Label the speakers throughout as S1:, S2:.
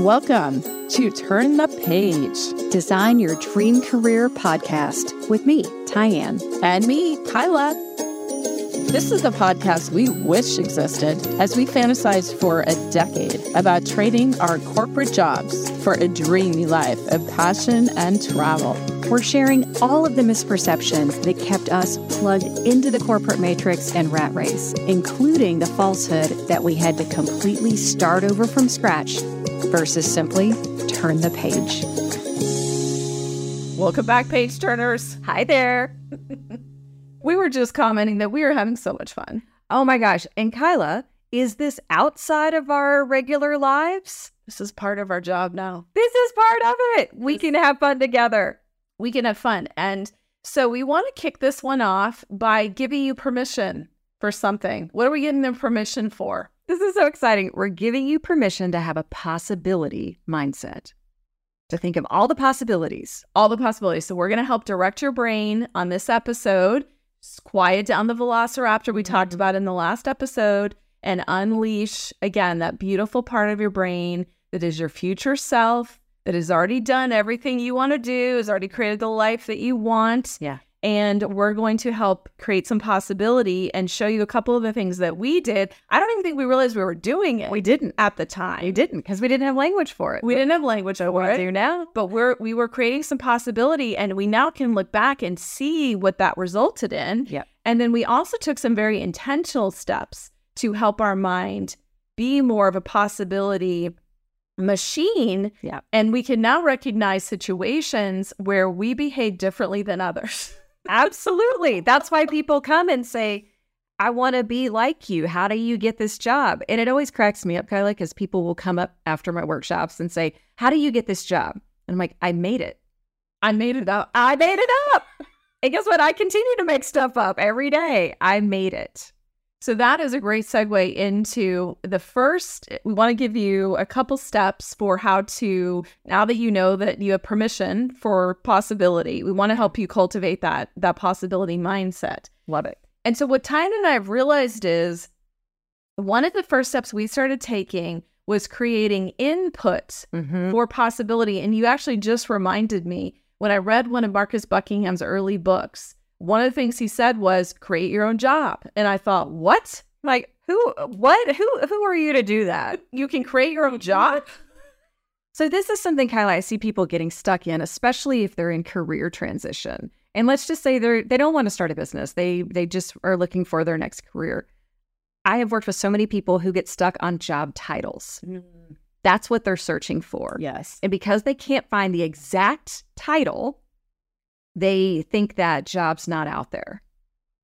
S1: Welcome to Turn the Page
S2: Design Your Dream Career podcast with me, Tyann.
S1: and me, Kyla. This is the podcast we wish existed as we fantasized for a decade about trading our corporate jobs for a dreamy life of passion and travel.
S2: We're sharing all of the misperceptions that kept us plugged into the corporate matrix and rat race, including the falsehood that we had to completely start over from scratch versus simply turn the page.
S1: Welcome back, page turners.
S3: Hi there.
S1: We were just commenting that we were having so much fun.
S3: Oh my gosh. And Kyla, is this outside of our regular lives?
S1: This is part of our job now.
S3: This is part of it. We can have fun together.
S1: we can have fun. And so we want to kick this one off by giving you permission for something. What are we getting them permission for?
S3: This is so exciting. We're giving you permission to have a possibility mindset, to think of all the possibilities.
S1: All the possibilities. So we're going to help direct your brain on this episode, s- quiet down the velociraptor we talked
S3: Mm-hmm.
S1: about in the last episode, and unleash again that beautiful part of your brain that is your future self, that has already done everything you want to do, has already created the life that you want.
S3: Yeah.
S1: and we're going to help create some possibility and show you a couple of the things that we did. I don't even think we realized we were doing it.
S3: We didn't.
S1: at the time.
S3: We didn't because we didn't have language for it.
S1: We didn't have language over
S3: But we
S1: it,
S3: do now.
S1: but we're we were creating some possibility, and we now can look back and see what that resulted in.
S3: Yep.
S1: And then we also took some very intentional steps to help our mind be more of a possibility machine.
S3: Yep.
S1: And we can now recognize situations where we behave differently than others.
S3: Absolutely. That's why people come and say, I want to be like you. How do you get this job? And it always cracks me up, Kyla, because people will come up after my workshops and say, How do you get this job? And I'm like, I made it.
S1: I made it up.
S3: I made it up. And guess what? I continue to make stuff up every day. I made it.
S1: So that is a great segue into the first. We want to give you a couple steps for how to, now that you know that you have permission for possibility, we want to help you cultivate that that possibility mindset.
S3: Love it.
S1: And so what Tyne and I have realized is one of the first steps we started taking was creating input
S3: Mm-hmm.
S1: for possibility. And you actually just reminded me when I read one of Marcus Buckingham's early books, one of the things he said was create your own job. And I thought, what?
S3: Like, who, what, who, who are you to do that?
S1: You can create your own job?
S3: So this is something, Kyla, I see people getting stuck in, especially if they're in career transition. And let's just say they're they don't want to start a business. They they just are looking for their next career. I have worked with so many people who get stuck on job titles. That's what they're searching for.
S1: Yes.
S3: And because they can't find the exact title, they think that job's not out there.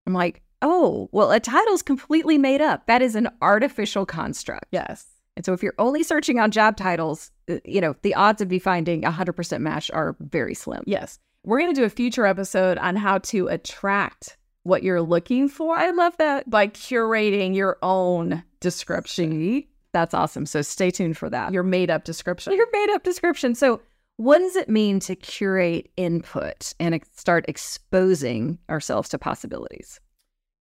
S3: I'm like, oh, well, a title's completely made up. That is an artificial construct.
S1: Yes.
S3: And so if you're only searching on job titles, uh, you know, the odds of you finding a 100% match are very slim.
S1: Yes. We're going to do a future episode on how to attract what you're looking
S3: Oh,
S1: for. I love that. By curating your own description,
S3: Gee, That's awesome. So stay tuned for that.
S1: your made up description.
S3: Your made up description. So, what does it mean to curate input and ex- start exposing ourselves to possibilities?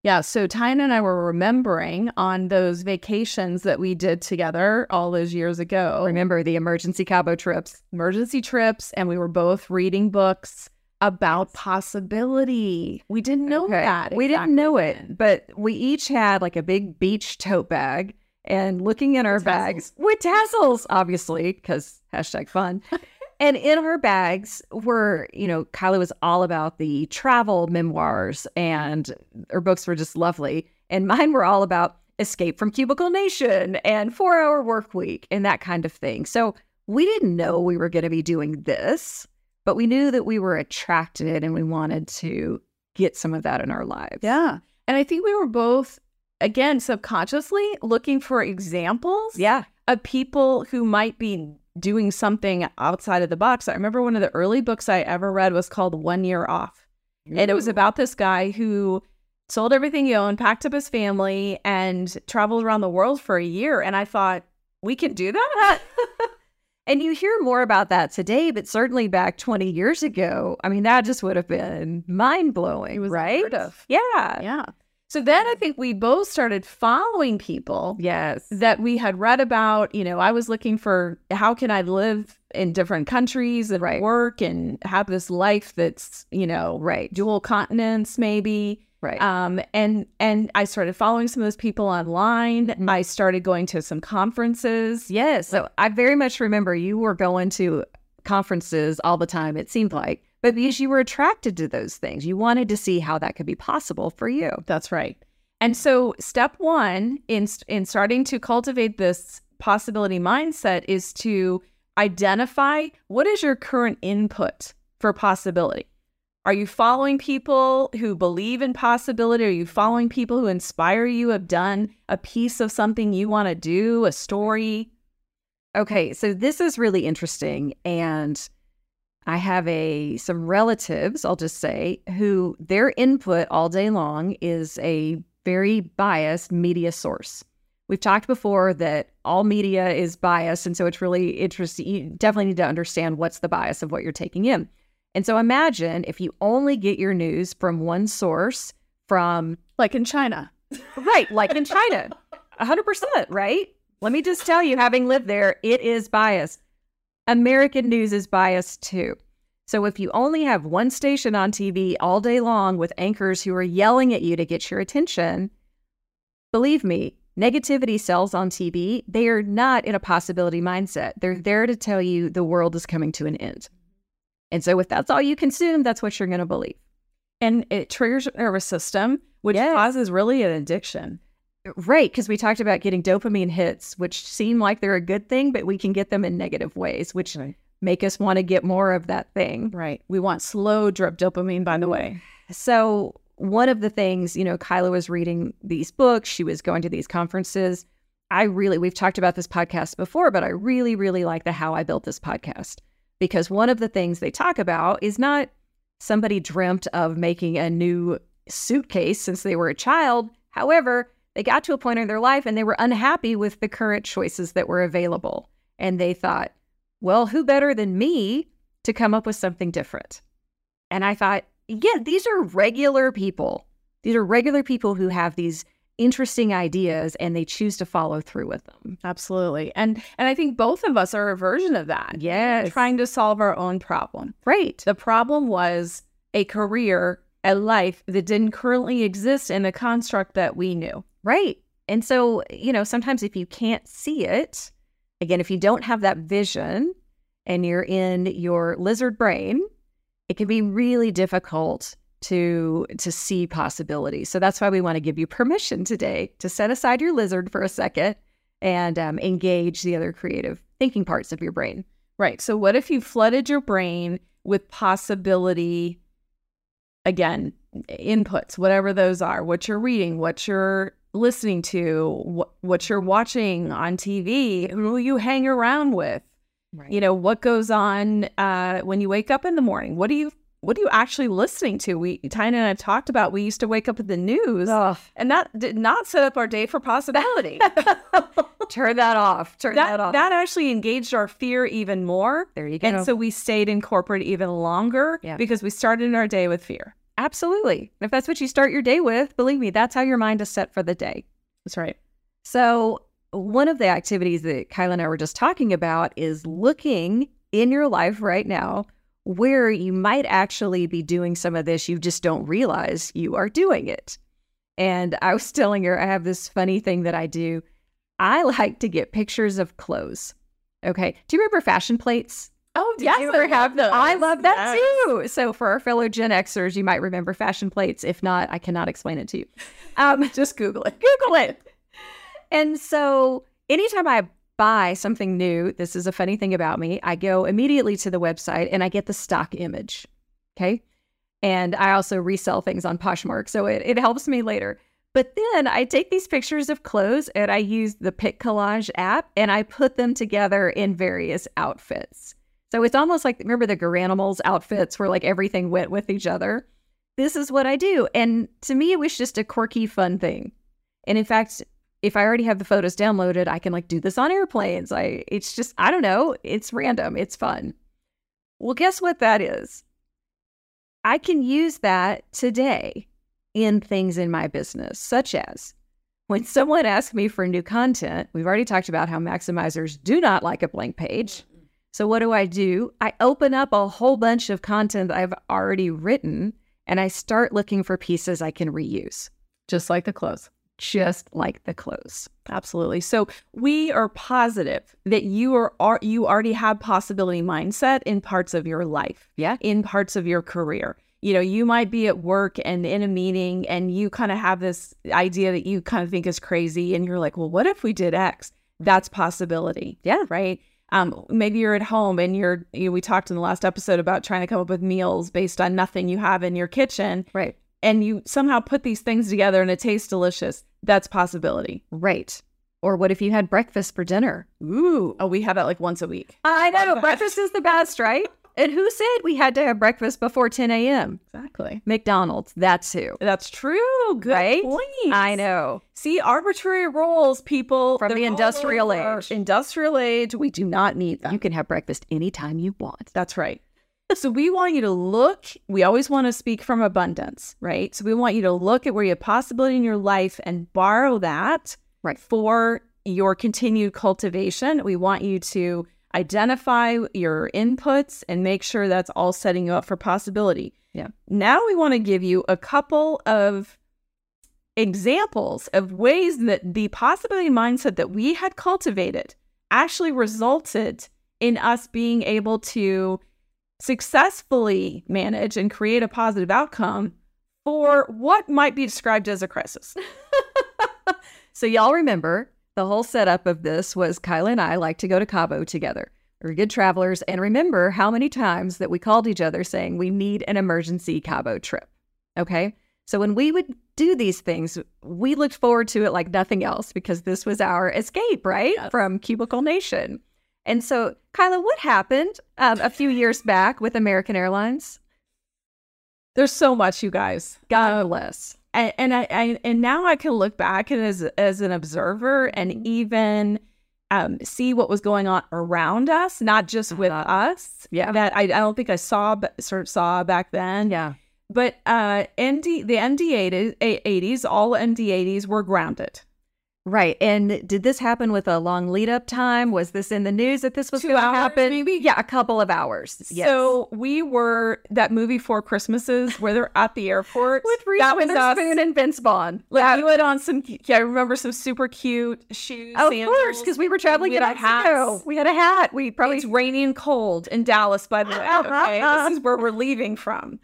S1: Yeah. So Tyne and I were remembering on those vacations that we did together all those years ago.
S3: Remember the emergency Cabo trips?
S1: emergency trips and we were both reading books about possibility. We didn't know
S3: Okay.
S1: that.
S3: We didn't know
S1: exactly then.
S3: it, but we each had like a big beach tote bag and looking in our
S1: With
S3: bags with tassels, obviously, because hashtag fun. and in our bags were, you know, Kyla was all about the travel memoirs and her books were just lovely. And mine were all about escape from cubicle nation and four hour work week and that kind of thing. So we didn't know we were going to be doing this, but we knew that we were attracted and we wanted to get some of that in our lives.
S1: Yeah. And I think we were both again subconsciously looking for examples
S3: Yeah.
S1: of people who might be doing something outside of the box. I remember one of the early books I ever read was called One Year Off. And it was about this guy who sold everything he owned, packed up his family, and traveled around the world for a year. And I thought, we can do that?
S3: And you hear more about that today, but certainly back 20 years ago, I mean, that just would have been mind blowing,
S1: It was
S3: right?
S1: unheard of.
S3: Yeah.
S1: Yeah.
S3: So then I think we both started following people
S1: Yes.
S3: that we had read about. You know, I was looking for how can I live in different countries and
S1: Right.
S3: work and have this life that's, you know,
S1: Right.
S3: dual continents maybe.
S1: Right.
S3: Um, and and I started following some of those people online.
S1: Mhm.
S3: I started going to some conferences.
S1: yes. So I very much remember you were going to conferences all the time, it seemed like, but because you were attracted to those things, you wanted to see how that could be possible for you.
S3: That's right. And so step 1 in in starting to cultivate this possibility mindset is to identify what is your current input for possibility. Are you following people who believe in possibility? Are you following people who inspire you, have done a piece of something you want to do, a story?
S1: Okay, so this is really interesting and I have a some relatives, I'll just say, who their input all day long is a very biased media source. We've talked before that all media is biased and so it's really interesting you definitely need to understand what's the bias of what you're taking in. And so imagine if you only get your news from one source from
S3: Like in China.
S1: Right, like in China. 100%, right? Let me just tell you, having lived there, it is biased. American news is biased too. So if you only have one station on TV all day long with anchors who are yelling at you to get your attention, believe me, negativity sells on TV. They are not in a possibility mindset. They're there to tell you the world is coming to an end. And so if that's all you consume, that's what you're going to believe.
S3: and it triggers your nervous system, which
S1: Yes.
S3: causes really an addiction.
S1: Right, because we talked about getting dopamine hits, which seem like they're a good thing, but we can get them in negative ways, which
S3: Right.
S1: make us want to get more of that thing.
S3: Right. We want slow drip dopamine, by the way.
S1: So, one of the things, you know, Kyla was reading these books, she was going to these conferences. I really, we've talked about this podcast before, but I really, really like the How I Built This podcast because one of the things they talk about is not somebody dreamt of making a new suitcase since they were a child. However, they got to a point in their life and they were unhappy with the current choices that were available. And they thought, well, who better than me to come up with something different? And I thought, yeah, these are regular people. These are regular people who have these interesting ideas and they choose to follow through with them.
S3: Absolutely. And and I think both of us are a version of that.
S1: Yes.
S3: Trying to solve our own problem.
S1: Right.
S3: The problem was a career, a life that didn't currently exist in the construct that we knew.
S1: Right. And so, you know, sometimes if you can't see it, again, if you don't have that vision and you're in your lizard brain, it can be really difficult to to see possibilities. So that's why we want to give you permission today to set aside your lizard for a second and um, engage the other creative thinking parts of your brain.
S3: Right. So what if you flooded your brain with possibility again, inputs, whatever those are, what you're reading, what you're listening to, what, what you're watching on TV, who you hang around with,
S1: Right.
S3: you know, what goes on uh, when you wake up in the morning. What do you what are you actually listening to? We Tyna and I talked about we used to wake up with the news
S1: Ugh.
S3: and that did not set up our day for possibility.
S1: turn that off. Turn that,
S3: that,
S1: off.
S3: that actually engaged our fear even more.
S1: there you go.
S3: And so we stayed in corporate even longer
S1: Yeah.
S3: because we started our day with fear.
S1: absolutely. If that's what you start your day with, believe me, that's how your mind is set for the day.
S3: That's right.
S1: So, one of the activities that Kyla and I were just talking about is looking in your life right now where you might actually be doing some of this. You just don't realize you are doing it. And I was telling her, I have this funny thing that I do. I like to get pictures of clothes. Okay. Do you remember fashion plates?
S3: Oh,
S1: Did you ever have those? I love that too. So for our fellow Gen Xers, you might remember fashion plates. If not, I cannot explain it to you. Um,
S3: Just Google it.
S1: Google it. And so anytime I buy something new, this is a funny thing about me, I go immediately to the website and I get the stock image. Okay. And I also resell things on Poshmark. So it, it helps me later. But then I take these pictures of clothes and I use the Pic Collage app and I put them together in various outfits. So it's almost like remember the Garanimals outfits where like everything went with each other. This is what I do. And to me, it was just a quirky, fun thing. And in fact, if I already have the photos downloaded, I can like do this on airplanes. I it's just I don't know, it's random, it's fun. Well, guess what that is? I can use that today in things in my business, such as when someone asks me for new content, we've already talked about how maximizers do not like a blank page. So, what do I do? I open up a whole bunch of content that I've already written and I start looking for pieces I can reuse,
S3: just like the clothes.
S1: just like the clothes.
S3: Absolutely. So we are positive that you are, are you already have possibility mindset in parts of your life.
S1: Yeah.
S3: In parts of your career. You know, you might be at work and in a meeting and you kind of have this idea that you kind of think is crazy and you're like, well, what if we did X? That's possibility.
S1: Yeah.
S3: Right. Um, maybe you're at home and you're you know, we talked in the last episode about trying to come up with meals based on nothing you have in your kitchen
S1: Right.
S3: and you somehow put these things together and it tastes delicious. That's possibility.
S1: Right. Or what if you had breakfast for dinner?
S3: Ooh. Oh, we have that like once a week.
S1: I know.
S3: Love that.
S1: Breakfast is the best, right? And who said we had to have breakfast before 10 a.m.?
S3: Exactly.
S1: McDonald's. That's who.
S3: That's true. Good
S1: Right?
S3: point.
S1: I know.
S3: See, arbitrary rules, people.
S1: From
S3: they're
S1: the
S3: all
S1: industrial
S3: over.
S1: age.
S3: Industrial age, we do not need them.
S1: You can have breakfast anytime you want.
S3: That's right. So we want you to look, we always want to speak from abundance, right? So we want you to look at where you have possibility in your life and borrow that
S1: Right.
S3: for your continued cultivation. We want you to identify your inputs and make sure that's all setting you up for possibility.
S1: Yeah.
S3: Now we want to give you a couple of examples of ways that the possibility mindset that we had cultivated actually resulted in us being able to successfully manage and create a positive outcome for what might be described as a crisis.
S1: So y'all remember the whole setup of this was Kyla and I like to go to Cabo together. We're good travelers and remember how many times that we called each other saying we need an emergency Cabo trip. Okay? So when we would do these things, we looked forward to it like nothing else because this was our escape, right?
S3: Yes.
S1: From Cubicle Nation. And so, Kyla, what happened um, a few years back with American Airlines?
S3: There's so much, you guys. Um,
S1: God bless.
S3: and, and I, I and now I can look back and as as an observer
S1: Mm-hmm.
S3: and even um, see what was going on around us, not just with
S1: Uh-huh.
S3: us.
S1: Yeah.
S3: that I, I don't think I saw b- sort of saw back then.
S1: Yeah.
S3: but uh, MD the MD eighties, all MD eighties were grounded.
S1: Right. And did this happen with a long lead up time? Was this in the news that this was
S3: Two
S1: going to
S3: hours,
S1: happen?
S3: maybe?
S1: Yeah, a couple of hours. Yes.
S3: So we were that movie Four Christmases where they're at the airport
S1: with Reese
S3: that was us.
S1: Witherspoon and Vince Vaughn.
S3: Like you had on some, cu- yeah, I remember some super cute shoes.
S1: Oh, of course,
S3: sandals.
S1: because we were traveling
S3: We
S1: to
S3: had
S1: Mexico.
S3: hats.
S1: We had a hat. We probably Uh-huh.
S3: It's raining and cold in Dallas, by the way. Okay, this is where we're leaving from.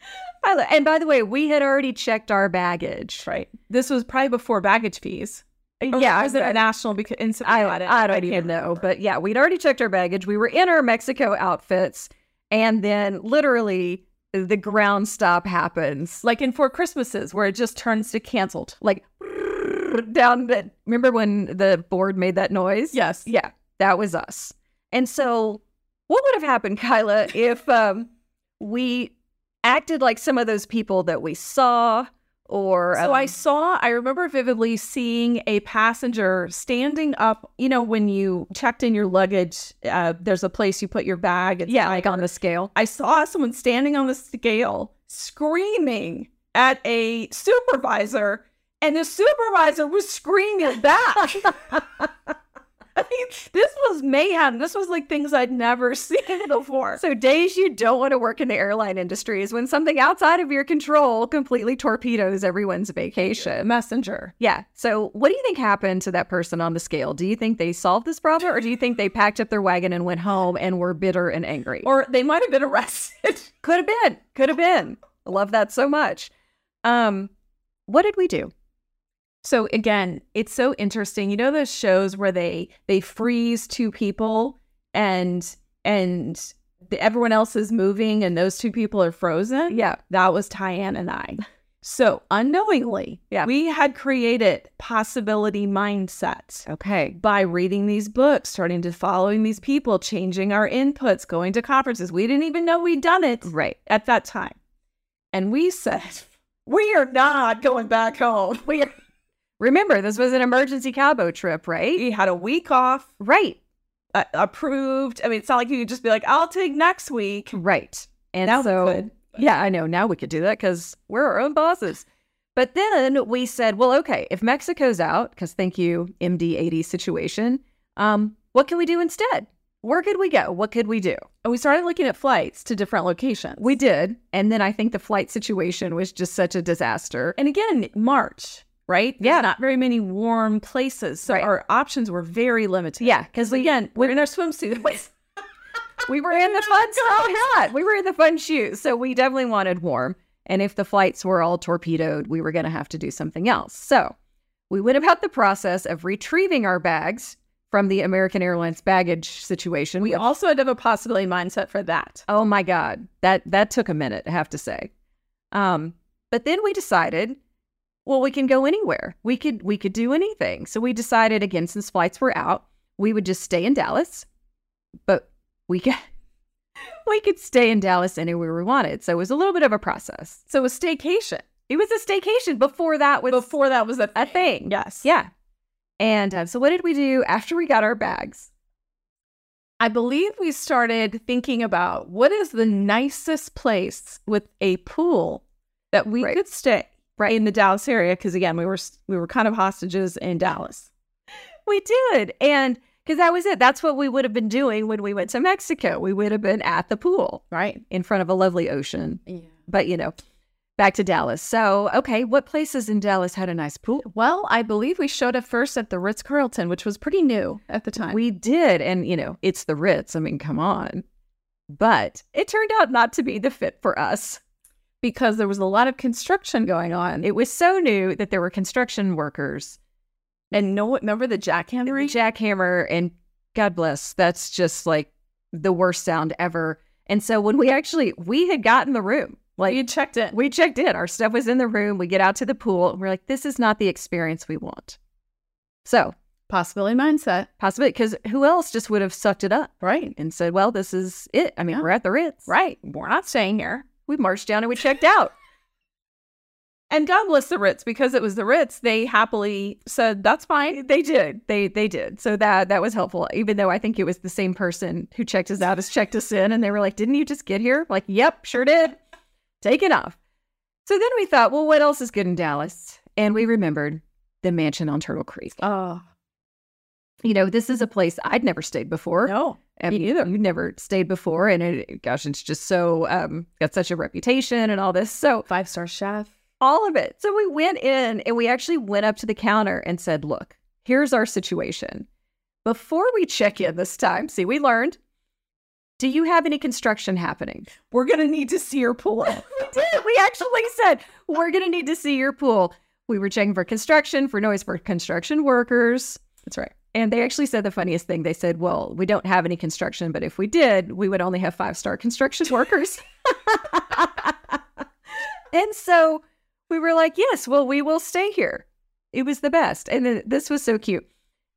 S1: and by the way, we had already checked our baggage. Uh,
S3: Right. This was probably before baggage fees. Or
S1: Yeah,
S3: was it
S1: I-
S3: a national? Because and so
S1: I,
S3: got it.
S1: I don't
S3: can't
S1: even
S3: remember.
S1: know. But yeah, we'd already checked our baggage. We were in our Mexico outfits. And then literally the ground stop happens.
S3: like in Four Christmases, where it just turns to canceled.
S1: Like down the remember when the board made that noise?
S3: Yes.
S1: Yeah, that was us. And so, what would have happened, Kyla, if um, we acted like some of those people that we saw? Or
S3: So I
S1: um,
S3: saw, I remember vividly seeing a passenger standing up. You know, when you checked in your luggage, uh, there's a place you put your bag. It's
S1: yeah, like on the scale.
S3: I saw someone standing on the scale screaming at a supervisor, and the supervisor was screaming back. I mean, this was mayhem. This was like things I'd never seen before.
S1: So days you don't want to work in the airline industry is when something outside of your control completely torpedoes everyone's
S3: A
S1: vacation.
S3: messenger.
S1: Yeah. So what do you think happened to that person on the scale? Do you think they solved this problem or do you think they packed up their wagon and went home and were bitter and angry?
S3: Or they might have been arrested.
S1: Could have been. Could have been. I love that so much. Um, what did we do?
S3: So again, it's so interesting. You know those shows where they they freeze two people and and the, everyone else is moving and those two people are frozen?
S1: Yeah.
S3: That was Tyann and I. So unknowingly,
S1: Yeah.
S3: we had created possibility mindset
S1: Okay.
S3: by reading these books, starting to following these people, changing our inputs, going to conferences. We didn't even know we'd done it
S1: Right.
S3: at that time. And we said, we are not going back home. We are
S1: Remember, this was an emergency Cabo trip, right?
S3: he had a week off
S1: Right.
S3: uh, approved. I mean, it's not like you could just be like, I'll take next week.
S1: Right. And
S3: Now we
S1: so,
S3: could.
S1: yeah, I know. Now we could do that because we're our own bosses. But then we said, well, okay, if Mexico's out, because thank you, MD80 situation, um, what can we do instead? Where could we go? What could we do?
S3: And we started looking at flights to different locations.
S1: We did. And then I think the flight situation was just such a disaster.
S3: and again, March, right? There's
S1: Yeah.
S3: not very many warm places, so
S1: Right.
S3: our options were very limited.
S1: Yeah, because we,
S3: Again, we're in our swimsuits.
S1: we were in the fun snow hat. We were in the fun shoes. So we definitely wanted warm. And if the flights were all torpedoed, we were going to have to do something else. So we went about the process of retrieving our bags from the American Airlines baggage situation.
S3: we
S1: which-
S3: also had to have a possibility mindset for that.
S1: Oh my god, that that took a minute, I have to say. Um, but then we decided, well, we can go anywhere. We could we could do anything. So we decided again, since flights were out, we would just stay in Dallas, but we could we could stay in Dallas anywhere we wanted. So it was a little bit of a process.
S3: So it was staycation.
S1: It was a staycation before that was
S3: Before that was a
S1: a thing.
S3: yes,
S1: Yeah. And um, so what did we do after we got our bags?
S3: I believe we started thinking about what is the nicest place with a pool that we
S1: Right.
S3: could stay right in the Dallas area because again we were s- we were kind of hostages in Dallas.
S1: We did. And because that was it. That's what we would have been doing when we went to Mexico. We would have been at the pool
S3: Right.
S1: in front of a lovely ocean.
S3: Yeah.
S1: But, you know, back to Dallas. So, okay, what places in Dallas had a nice pool?
S3: Well, I believe we showed up first at the Ritz Carlton, which was pretty new at the time.
S1: We did. And, you know, it's the Ritz. I mean, come on. But it turned out not to be the fit for us.
S3: because there was a lot of construction going on.
S1: It was so new that there were construction workers,
S3: and no, remember the
S1: the
S3: jackhammer?
S1: jackhammer, and God bless. That's just like the worst sound ever. And so when we actually we had gotten the room, like
S3: you checked in.
S1: we checked in. Our stuff was in the room. We get out to the pool and we're like, this is not the experience we want. So,
S3: Possibility mindset.
S1: possibly because who else just would have sucked it up
S3: Right.
S1: and said, well, this is it. I mean,
S3: Yeah.
S1: we're at the Ritz.
S3: Right. We're not staying here.
S1: We marched down and we checked out.
S3: And God bless the Ritz because it was the Ritz. They happily said, that's fine.
S1: they did. They they did. So that that was helpful. Even though I think it was the same person who checked us out as checked us in, and they were like, "Didn't you just get here?" Like, "Yep, sure did." Taking off. So then we thought, well, what else is good in Dallas? And we remembered the mansion on Turtle Creek.
S3: Oh,
S1: You know, this is a place I'd never stayed before.
S3: no.
S1: I mean, either. You've never stayed before, and it, gosh, it's just so um, got such a reputation and all this. So
S3: Five star chef.
S1: all of it. So we went in and we actually went up to the counter and said, "Look, here's our situation. Before we check in this time, see, we learned. Do you have any construction happening?"
S3: We're going to need to see your pool.
S1: we did. We actually said, "We're going to need to see your pool." We were checking for construction, for noise for construction workers.
S3: that's right.
S1: And they actually said the funniest thing. They said, "Well, we don't have any construction, but if we did, we would only have five-star construction workers." and so we were like, "Yes, well, we will stay here." It was the best, and then this was so cute.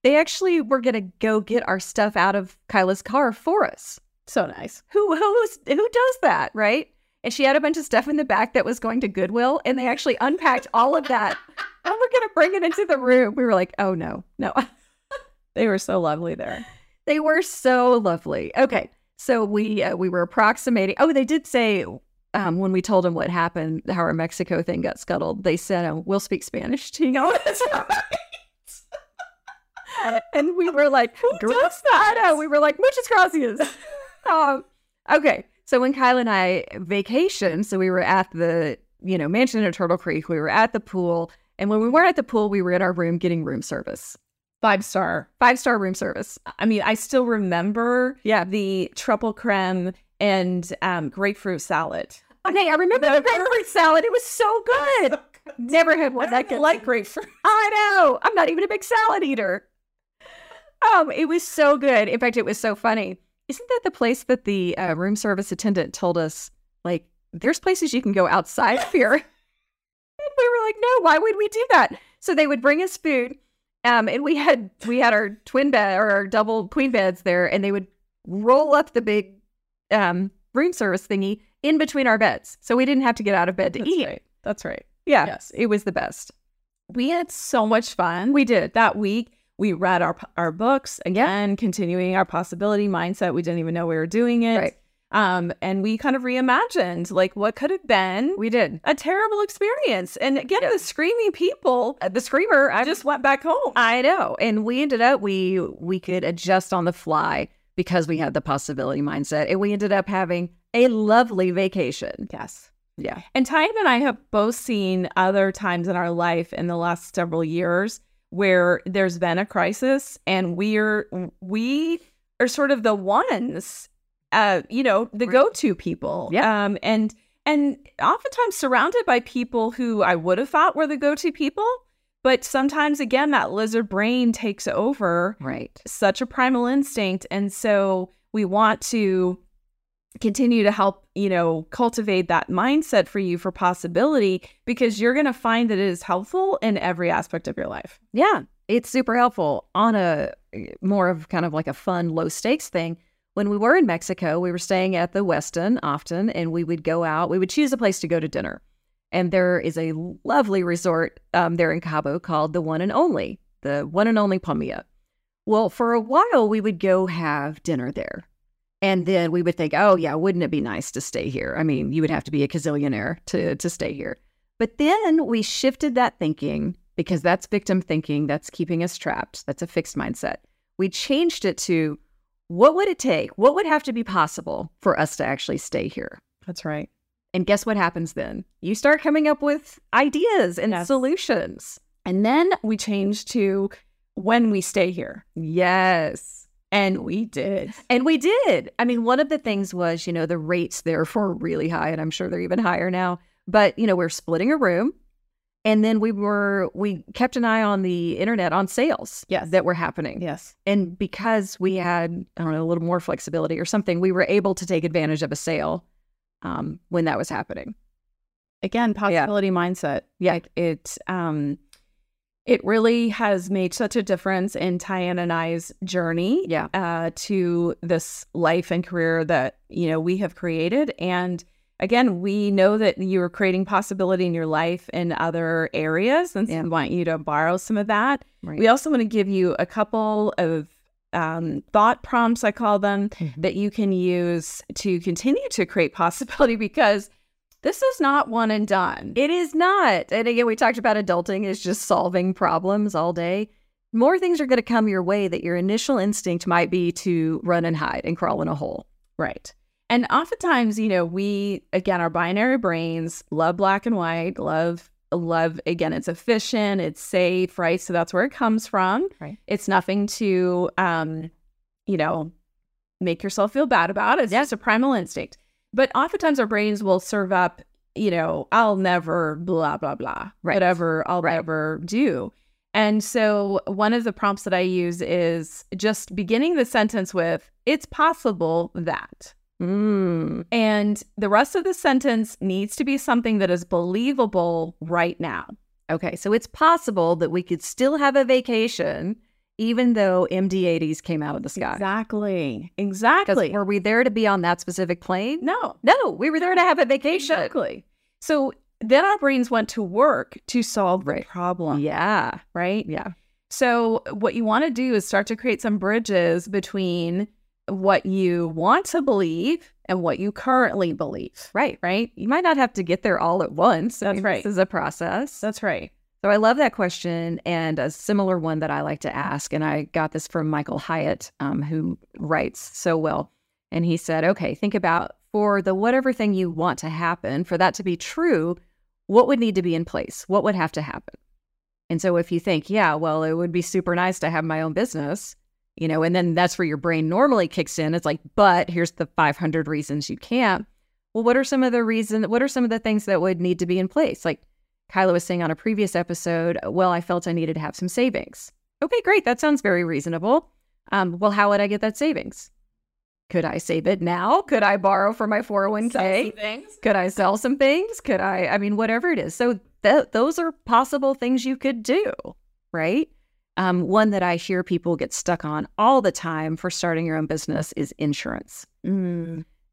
S1: They actually were going to go get our stuff out of Kyla's car for us.
S3: So nice.
S1: Who who's, who does that, right? And she had a bunch of stuff in the back that was going to Goodwill, and they actually unpacked all of that. and we're going to bring it into the room. We were like, "Oh no, no."
S3: They were so lovely there.
S1: They were so lovely. Okay, so we uh, we were approximating. Oh, they did say um, when we told them what happened, how our Mexico thing got scuttled. They said um, we'll speak Spanish to you, and we were like, "Gr-
S3: does
S1: I
S3: that?
S1: know. We were like, "Muchas gracias." um, okay, so when Kyle and I vacationed, so we were at the you know mansion at Turtle Creek. We were at the pool, and when we weren't at the pool, we were in our room getting room service,
S3: Five star.
S1: five star room service.
S3: I mean, I still remember
S1: Yeah.
S3: the truffle creme and um, grapefruit salad.
S1: Okay, Oh, I remember the grapefruit salad. It was so good. Never had one that
S3: I
S1: good.
S3: like grapefruit.
S1: I know. I'm not even a big salad eater. Um, it was so good. In fact, it was so funny. Isn't that the place that the uh, room service attendant told us? Like, there's places you can go outside of here. and we were like, no, why would we do that? So they would bring us food, um, and we had we had our twin bed or our double queen beds there, and they would roll up the big um, room service thingy in between our beds, so we didn't have to get out of bed to
S3: That's
S1: eat.
S3: right. That's right.
S1: Yeah,
S3: Yes.
S1: it was the best.
S3: we had so much fun. We did that week. We read our our books again, continuing our possibility mindset. We didn't even know we were doing it.
S1: Right.
S3: Um, and we kind of reimagined like what could have been
S1: We did.
S3: a terrible experience. And again,
S1: Yeah.
S3: the screaming people
S1: Uh, The screamer, I
S3: I just went back home.
S1: I know. And we ended up we we could adjust on the fly because we had the possibility mindset. And we ended up having a lovely vacation.
S3: yes.
S1: Yeah.
S3: And Tyne and I have both seen other times in our life in the last several years where there's been a crisis and we're we are sort of the ones uh you know the
S1: Right.
S3: go-to people
S1: Yeah.
S3: um and and oftentimes surrounded by people who I would have thought were the go-to people but sometimes again that lizard brain takes over
S1: Right.
S3: such a primal instinct and so we want to continue to help you know cultivate that mindset for you for possibility because you're going to find that it is helpful in every aspect of your life
S1: Yeah. It's super helpful on a more of kind of like a fun, low stakes thing. When we were in Mexico, we were staying at the Westin often, and we would go out. We would choose a place to go to dinner. And there is a lovely resort um, there in Cabo called the One and Only, the One and Only Palmia. Well, for a while, we would go have dinner there. And then we would think, oh, yeah, wouldn't it be nice to stay here? I mean, you would have to be a gazillionaire to, to stay here. But then we shifted that thinking because that's victim thinking. That's keeping us trapped. That's a fixed mindset. We changed it to what would it take? What would have to be possible for us to actually stay here?
S3: that's right
S1: And guess what happens then? You start coming up with ideas and
S3: Yes.
S1: solutions.
S3: and then we change to when we stay here
S1: Yes.
S3: and we did
S1: And we did. I mean, one of the things was, you know, the rates therefore were really high, and I'm sure they're even higher now. But, you know, we're splitting a room. And then we were, we kept an eye on the internet on sales
S3: Yes.
S1: that were happening.
S3: yes
S1: And because we had, I don't know, a little more flexibility or something, we were able to take advantage of a sale um, when that was happening.
S3: again possibility mindset
S1: Oh, Yeah.
S3: like it um it really has made such a difference in Tyann and I's journey
S1: Yeah.
S3: uh, to this life and career that you know we have created and again we know that you are creating possibility in your life in other areas and so
S1: Yeah.
S3: we want you to borrow some of that
S1: Right.
S3: we also want to give you a couple of um, thought prompts i call them
S1: Mhm.
S3: that you can use to continue to create possibility because this is not one and done
S1: It is not. And again, we talked about adulting is just solving problems all day. More things are going to come your way that your initial instinct might be to run and hide and crawl in a hole.
S3: Right. And oftentimes, you know, we again our binary brains love black and white, love love again, it's efficient, it's safe, right? So that's where it comes from.
S1: Right.
S3: It's nothing to um, you know, make yourself feel bad about. It's just a primal instinct. But oftentimes our brains will serve up, you know, I'll never blah blah blah.
S1: Right.
S3: Whatever I'll
S1: Right.
S3: never do. And so one of the prompts that I use is just beginning the sentence with, it's possible that.
S1: Mm.
S3: And the rest of the sentence needs to be something that is believable right now.
S1: Okay. So it's possible that we could still have a vacation, even though MD80s came out of the sky.
S3: Exactly.
S1: Because
S3: Exactly.
S1: were we there to be on that specific plane?
S3: No.
S1: No, we were there to have a vacation.
S3: Exactly. So then our brains went to work to solve
S1: Right.
S3: the problem,
S1: Yeah.
S3: right?
S1: Yeah.
S3: So what you want to do is start to create some bridges between what you want to believe and what you currently believe.
S1: Right.
S3: Right?
S1: You might not have to get there all at once. I
S3: That's
S1: mean,
S3: right.
S1: This is a process.
S3: That's right.
S1: So I love that question and a similar one that I like to ask. And I got this from Michael Hyatt, um, who writes so well. And he said, okay, think about for the whatever thing you want to happen, for that to be true, what would need to be in place? What would have to happen? And so if you think, yeah, well, it would be super nice to have my own business, you know, and then that's where your brain normally kicks in. It's like, but here's the 500 reasons you can't. Well, what are some of the reasons? What are some of the things that would need to be in place? Like, Kyla was saying on a previous episode, well, I felt I needed to have some savings. Okay, great. That sounds very reasonable. Um, well, how would I get that savings? Could I save it now? Could I borrow for my 401k?
S3: things.
S1: Could I sell some things? Could I, I mean, whatever it is. So th- those are possible things you could do, right? Um, one that I hear people get stuck on all the time for starting your own business is insurance.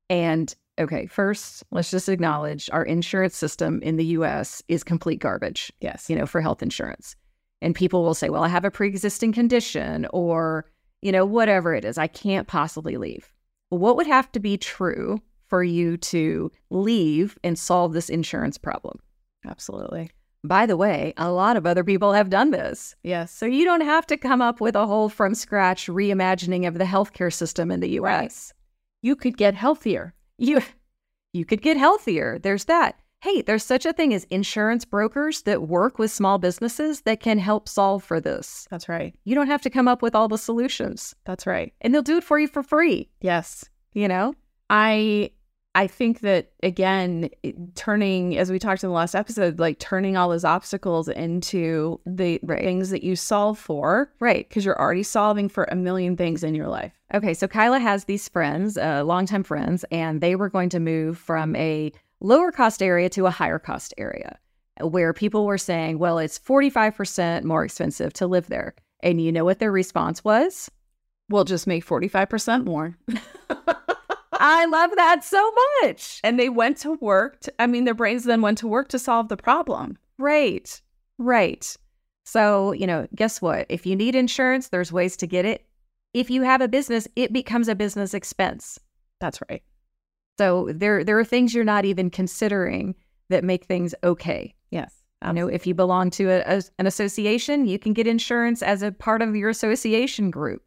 S1: And okay, first, let's just acknowledge our insurance system in the US is complete garbage
S3: Yes.
S1: you know, for health insurance. And people will say, well, I have a pre existing condition or, you know, whatever it is, I can't possibly leave. what would have to be true for you to leave and solve this insurance problem?
S3: Absolutely.
S1: By the way, a lot of other people have done this.
S3: Yes.
S1: So you don't have to come up with a whole from scratch reimagining of the healthcare system in the US.
S3: You could get healthier.
S1: You you could get healthier. There's that. Hey, there's such a thing as insurance brokers that work with small businesses that can help solve for this.
S3: That's right.
S1: You don't have to come up with all the solutions,
S3: That's right.
S1: and they'll do it for you for free,
S3: Yes.
S1: you know?
S3: I I think that again, it- turning as we talked in the last episode, like turning all those obstacles into the
S1: Right.
S3: things that you solve for,
S1: Right.
S3: because you're already solving for a million things in your life.
S1: Okay, so Kyla has these friends, uh, longtime friends, and they were going to move from a lower cost area to a higher cost area where people were saying, well, it's 45% more expensive to live there. And you know what their response was?
S3: We'll just make forty five percent more.
S1: I love that so much.
S3: And they went to work. To, I mean, their brains then went to work to solve the problem.
S1: Right, right. So, you know, guess what? If you need insurance, there's ways to get it. If you have a business, it becomes a business expense.
S3: That's right.
S1: So there there are things you're not even considering that make things okay.
S3: Yes.
S1: I know if you belong to a, a- an association, you can get insurance as a part of your association group.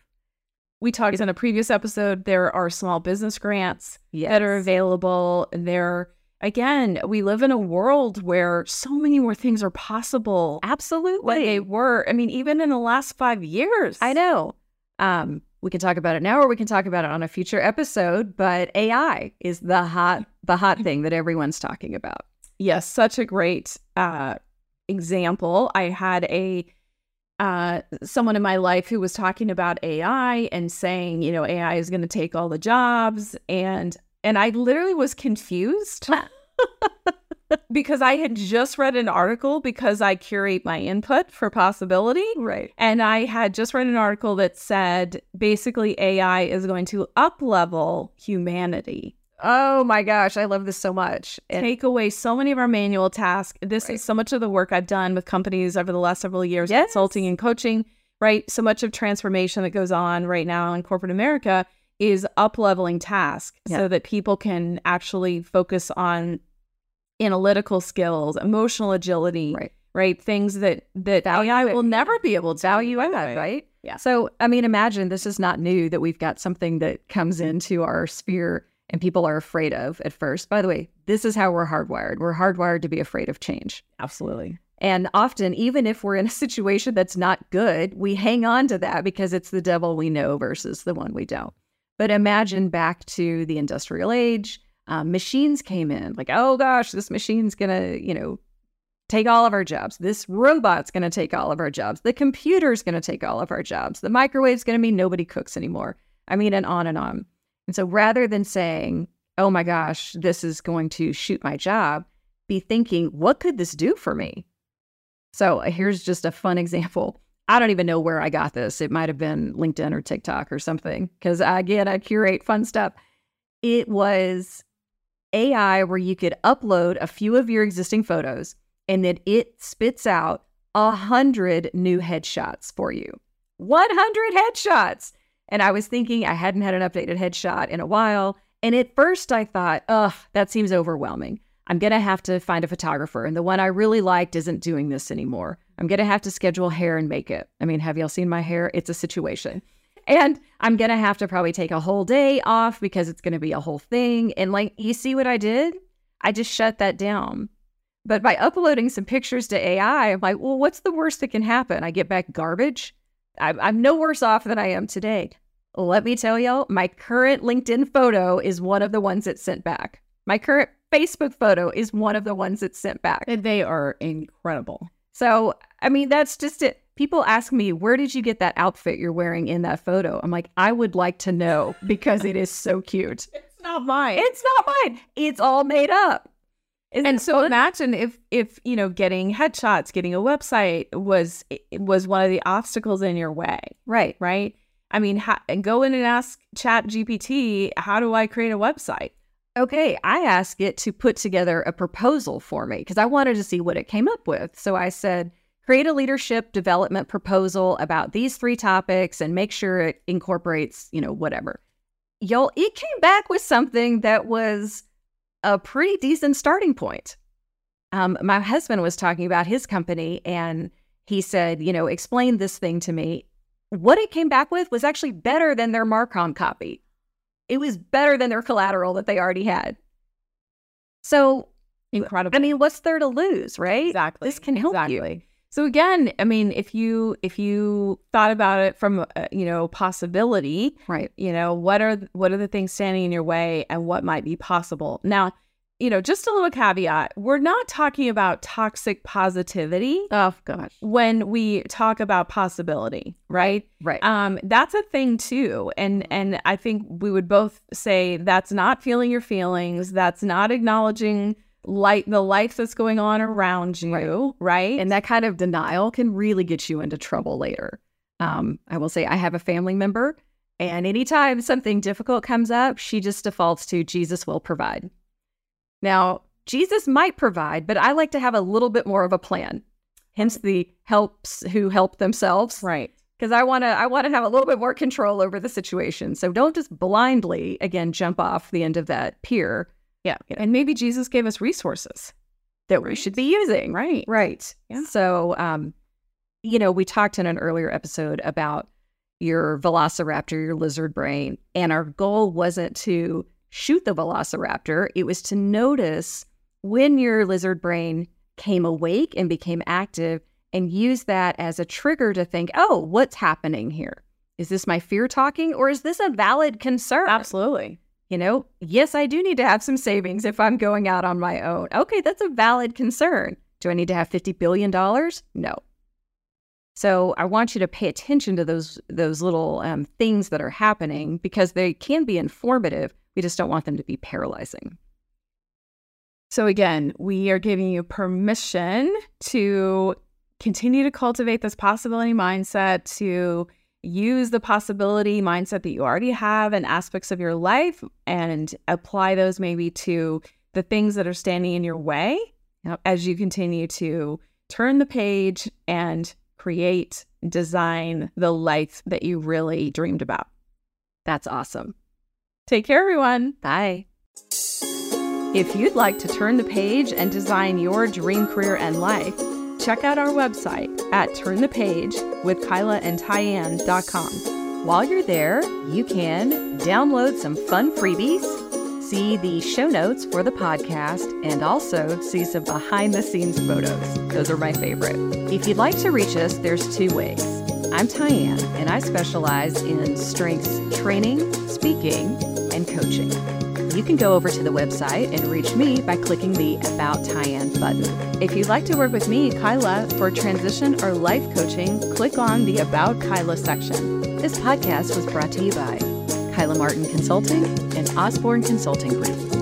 S3: We talked in a previous episode. There are small business grants that are available. And There, again, we live in a world where so many more things are possible when
S1: Absolutely.
S3: they were. I mean, even in the last five years.
S1: I know. Um, we can talk about it now or we can talk about it on a future episode, but AI is the hot the hot thing that everyone's talking about.
S3: Yes, such a great uh, example. I had a uh, someone in my life who was talking about AI and saying, you know, AI is going to take all the jobs, and and I literally was confused because I had just read an article because I curate my input for possibility.
S1: Right.
S3: And I had just read an article that said basically AI is going to uplevel humanity,
S1: Oh my gosh, I love this so much. And
S3: take away so many of our manual tasks. This
S1: Right.
S3: is so much of the work I've done with companies over the last several years,
S1: Yes.
S3: consulting and coaching, right? So much of transformation that goes on right now in corporate America is upleveling tasks
S1: Yeah.
S3: so that people can actually focus on analytical skills, emotional agility,
S1: Right.
S3: right? Things that that
S1: Value
S3: AI
S1: it.
S3: will never be able to
S1: value
S3: do
S1: add,
S3: anyway.
S1: right?
S3: Yeah.
S1: So, I mean, imagine this is not new that we've got something that comes into our sphere and people are afraid of at first. By the way, this is how we're hardwired. We're hardwired to be afraid of change.
S3: Absolutely.
S1: And often, even if we're in a situation that's not good, we hang on to that because it's the devil we know versus the one we don't. But imagine back to the industrial age, um, machines came in like, oh gosh, this machine's going to, you know, take all of our jobs. This robot's going to take all of our jobs. The computer's going to take all of our jobs. The microwave's going to mean nobody cooks anymore. I mean, and on and on. And so rather than saying, oh my gosh, this is going to shoot my job, be thinking, what could this do for me? So uh, here's just a fun example. I don't even know where I got this. It might have been LinkedIn or TikTok or something because again, I curate fun stuff. It was AI where you could upload a few of your existing photos and then it spits out a hundred new headshots for you. 100 headshots. And I was thinking I hadn't had an updated headshot in a while. And at first I thought, ugh, that seems overwhelming. I'm going to have to find a photographer. And the one I really liked isn't doing this anymore. I'm going to have to schedule hair and makeup. I mean, have y'all seen my hair? It's a situation. And I'm going to have to probably take a whole day off because it's going to be a whole thing. And like, you see what I did? I just shut that down. But by uploading some pictures to AI, I'm like, well, what's the worst that can happen? I get back garbage. I'm, I'm no worse off than I am today. Let me tell y'all, my current LinkedIn photo is one of the ones that sent back. My current Facebook photo is one of the ones that sent back.
S3: And they are incredible.
S1: So, I mean, that's just it. People ask me, where did you get that outfit you're wearing in that photo? I'm like, I would like to know because it is so cute.
S3: It's not mine.
S1: It's not mine. It's all made up. Isn't
S3: and
S1: it
S3: so imagine if if you know getting headshots, getting a website was it was one of the obstacles in your way,
S1: right.
S3: right? I mean, ha- and go in and ask Chat GPT, how do I create a website?
S1: okay, I asked it to put together a proposal for me because I wanted to see what it came up with. So I said, create a leadership development proposal about these three topics and make sure it incorporates, you know, whatever. y'all, it came back with something that was a pretty decent starting point. Um, my husband was talking about his company and he said, you know, explain this thing to me. What it came back with was actually better than their Marcom copy. It was better than their collateral that they already had. So,
S3: Incredible.
S1: I mean, what's there to lose, right?
S3: exactly.
S1: This can help
S3: exactly.
S1: you.
S3: So again, I mean, if you if you thought about it from uh, you know possibility,
S1: Right.
S3: you know what are what are the things standing in your way and what might be possible. Now, you know, just a little caveat: we're not talking about toxic positivity
S1: Oh, gosh.
S3: when we talk about possibility, right?
S1: Right.
S3: Um, that's a thing too, and and I think we would both say that's not feeling your feelings. That's not acknowledging light the life that's going on around you, right?
S1: And that kind of denial can really get you into trouble later. Um, I will say, I have a family member, and anytime something difficult comes up, she just defaults to Jesus will provide. Now, Jesus might provide, but I like to have a little bit more of a plan. Hence the helps who help themselves,
S3: right.
S1: because I want to I want to have a little bit more control over the situation. So don't just blindly again jump off the end of that pier
S3: Yeah. And maybe Jesus gave us resources.
S1: that we should be using.
S3: Right.
S1: Right.
S3: Yeah.
S1: So, um, you know, we talked in an earlier episode about your velociraptor, your lizard brain, and our goal wasn't to shoot the velociraptor, it was to notice when your lizard brain came awake and became active and use that as a trigger to think, oh, what's happening here? Is this my fear talking or is this a valid concern?
S3: Absolutely.
S1: You know, yes, I do need to have some savings if I'm going out on my own. Okay, that's a valid concern. Do I need to have $50 billion? No. So I want you to pay attention to those those little um, things that are happening because they can be informative. We just don't want them to be paralyzing.
S3: So again, we are giving you permission to continue to cultivate this possibility mindset, to use the possibility mindset that you already have in aspects of your life and apply those maybe to the things that are standing in your way
S1: Yep.
S3: as you continue to turn the page and create, design the life that you really dreamed about.
S1: That's awesome.
S3: Take care, everyone.
S1: Bye.
S3: If you'd like to turn the page and design your dream career and life, check out our website at turnthepagewithkylaandtyann.com.
S1: While you're there, you can download some fun freebies, see the show notes for the podcast, and also see some behind the scenes photos. Those are my favorite. If you'd like to reach us, there's two ways. I'm Tyann, and I specialize in strengths training, speaking, and coaching. You can go over to the website and reach me by clicking the About Tyann button. If you'd like to work with me, Kyla, for transition or life coaching, click on the About Kyla section. This podcast was brought to you by Kyla Martin Consulting and Osborne Consulting Group.